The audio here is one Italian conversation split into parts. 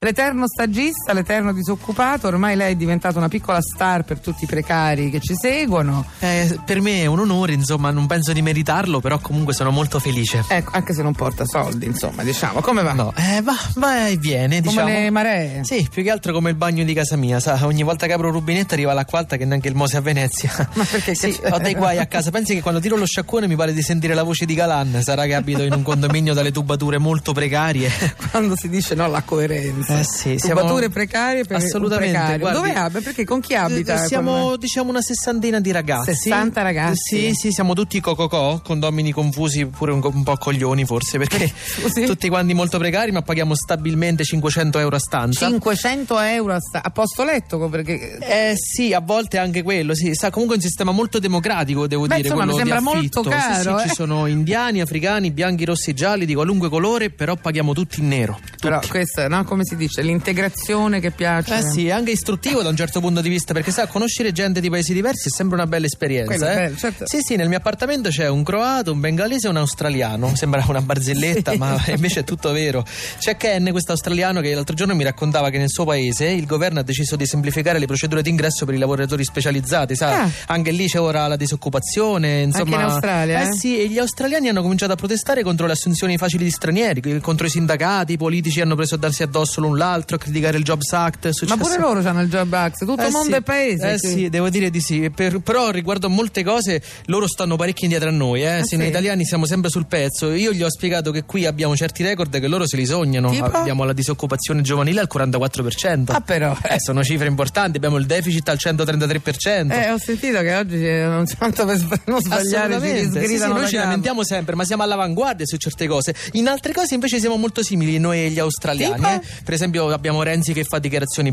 L'eterno stagista, l'eterno disoccupato, ormai lei è diventata una piccola star per tutti i precari che ci seguono. Eh, per me è un onore, insomma, non penso di meritarlo, però comunque sono molto felice. Ecco, anche se non porta soldi, insomma, diciamo, come va? No, eh, va, va e Come viene, diciamo. le maree. Sì, più che altro come il bagno di casa mia, sa, ogni volta che apro il rubinetto arriva l'acqua alta che neanche il Mose a Venezia. Ma perché? Sì, Che c'è? ho dei guai a casa. Pensi che quando tiro lo sciacquone mi pare di sentire la voce di Galan. Sarà che abito in un condominio dalle tubature molto precarie. Quando si dice no alla coerenza. Eh sì, siamo- Tubature precarie per Assolutamente, un precario. guardi. Dove abita? Perché con chi abita? Eh, Siamo Con- diciamo una sessantina di ragazzi. Eh, 60 ragazzi. Sì, sì, siamo tutti cococò, condomini confusi, pure un, un po' coglioni forse, perché Scusi? tutti quanti molto precari, ma paghiamo stabilmente 500 euro a stanza. 500 euro a, sta- a posto letto co- perché eh sì, a volte anche quello, sì, sa, comunque è un sistema molto democratico, devo Beh, dire, insomma, mi quello sembra di affitto. molto caro, sì, sì, eh. ci sono indiani, africani, bianchi, rossi, gialli, di qualunque colore, però paghiamo tutti in nero. però questa no, come si dice l'integrazione che piace Eh sì, è anche istruttivo da un certo punto di vista, perché sa, conoscere gente di paesi diversi è sempre una bella esperienza. Quello è eh. bello, certo. Sì, sì, nel mio appartamento c'è un croato, un bengalese e un australiano. Sembra una barzelletta, Sì. ma invece è tutto vero. C'è Ken, questo australiano, che l'altro giorno mi raccontava che nel suo paese il governo ha deciso di semplificare le procedure d'ingresso per i lavoratori specializzati, sa? Ah. Anche lì c'è ora la disoccupazione, insomma. in Australia, eh? Eh sì, e gli australiani hanno cominciato a protestare contro le assunzioni facili di stranieri, contro i sindacati, i politici hanno preso a darsi addosso l'un l'altro, a criticare il Jobs Act. è ma successo- pure loro hanno il job act tutto Eh mondo sì, e paese Eh sì. sì. devo dire di sì. E per- però riguardo a molte cose loro stanno parecchio indietro a noi. Eh. Ah, Se noi sì? italiani siamo sempre sul pezzo, io gli ho spiegato che qui abbiamo certi record che loro se li sognano. Tipo? Abbiamo la disoccupazione giovanile al 44%. ah però Eh, sono cifre importanti, abbiamo il deficit al 133%. Eh, ho sentito che oggi eh, non c'è tanto per s- non sbagliare ci Assolutamente. Sì, sì, disgridano noi la ci gamba. lamentiamo sempre, ma siamo all'avanguardia su certe cose. In altre cose invece siamo molto simili noi e gli australiani. Tipo? eh. Per esempio abbiamo Renzi che fa dichiarazioni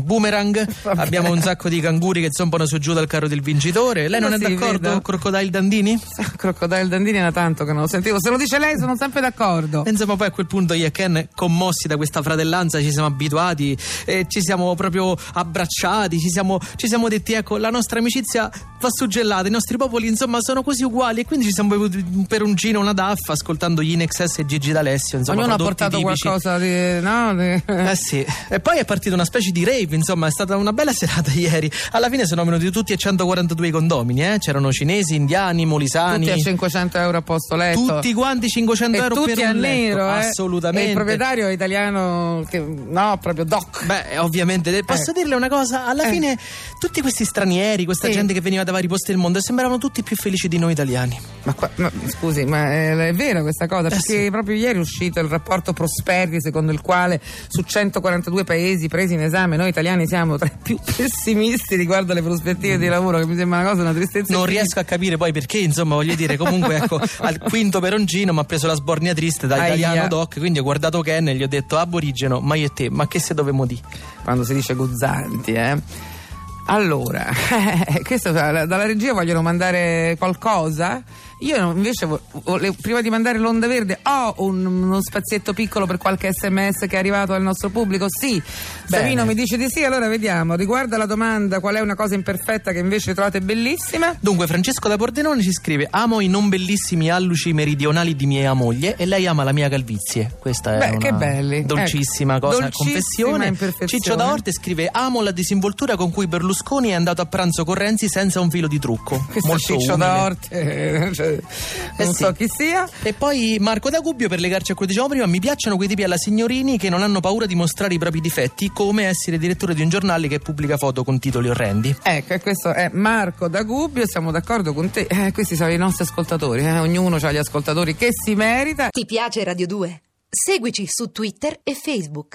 boomerang, Vabbè. abbiamo un sacco di canguri che zompano su giù dal carro del vincitore. Lei Ma non è sì, d'accordo vedo. Crocodile Dandini? Ah, Crocodile Dandini era tanto che non lo sentivo se lo dice lei sono sempre d'accordo E Insomma, poi a quel punto io e Ken, commossi da questa fratellanza, ci siamo abituati, eh, ci siamo proprio abbracciati, ci siamo, ci siamo detti: ecco, la nostra amicizia va suggellata, i nostri popoli, insomma, sono così uguali. E quindi ci siamo bevuti un peroncino, una daffa, ascoltando gli Inexs e Gigi D'Alessio. Insomma, ognuno ha prodotti portato tipici. qualcosa di no di- Eh sì, e poi è partita una specie di rave, insomma, è stata una bella serata ieri. Alla fine sono venuti tutti e 142 i condomini, eh? C'erano cinesi, indiani, molisani. tutti a 500 euro a posto letto Tutti quanti 500 e euro tutti per a un letto. nero eh. assolutamente e il proprietario è italiano che- no proprio doc Beh, ovviamente, de- posso Eh. dirle una cosa? Alla Eh. fine, tutti questi stranieri, questa Sì. gente che veniva da vari posti del mondo, sembravano tutti più felici di noi italiani. Ma, qua- ma scusi, ma eh, è vera questa cosa? Perché sì. proprio ieri è uscito il rapporto Prosperity, secondo il quale su 142 paesi presi in esame, noi italiani siamo tra i più pessimisti riguardo alle prospettive di lavoro, che mi sembra una cosa, una tristezza. Non infinita. riesco a capire poi perché, insomma, voglio dire, comunque, ecco, al quinto peroncino mi ha preso la sbornia triste da Aia. italiano doc, quindi ho guardato Ken e gli ho detto, aborigeno, ma io e te, ma che se dovemmo di? Quando si dice guzzanti, eh. Allora, questo dalla dalla regia vogliono mandare qualcosa? Io no- invece, vo- vole- prima di mandare l'onda verde, ho un- uno spazietto piccolo per qualche sms che è arrivato al nostro pubblico? Sì. Bene. Savino mi dice di sì, allora vediamo. Riguardo alla domanda qual è una cosa imperfetta che invece trovate bellissima? Dunque, Francesco da Pordenone ci scrive, amo i non bellissimi alluci meridionali di mia moglie e lei ama la mia calvizie. Questa è Beh, una che belli. dolcissima Ecco, cosa, dolcissima confessione. imperfezione. Ciccio da Orte scrive, amo la disinvoltura con cui Berlusconi è andato a pranzo con Renzi senza un filo di trucco. Questo Molto ciccio umile. da orte, cioè, Eh non sì. so chi sia. E poi Marco da Gubbio per legarci a quello che dicevamo prima, mi piacciono quei tipi alla signorini che non hanno paura di mostrare i propri difetti, come essere direttore di un giornale che pubblica foto con titoli orrendi. Ecco, e questo è Marco da Gubbio, siamo d'accordo con te. Eh, questi sono i nostri ascoltatori, eh, ognuno ha gli ascoltatori che si merita. Ti piace Radio 2? Seguici su Twitter e Facebook.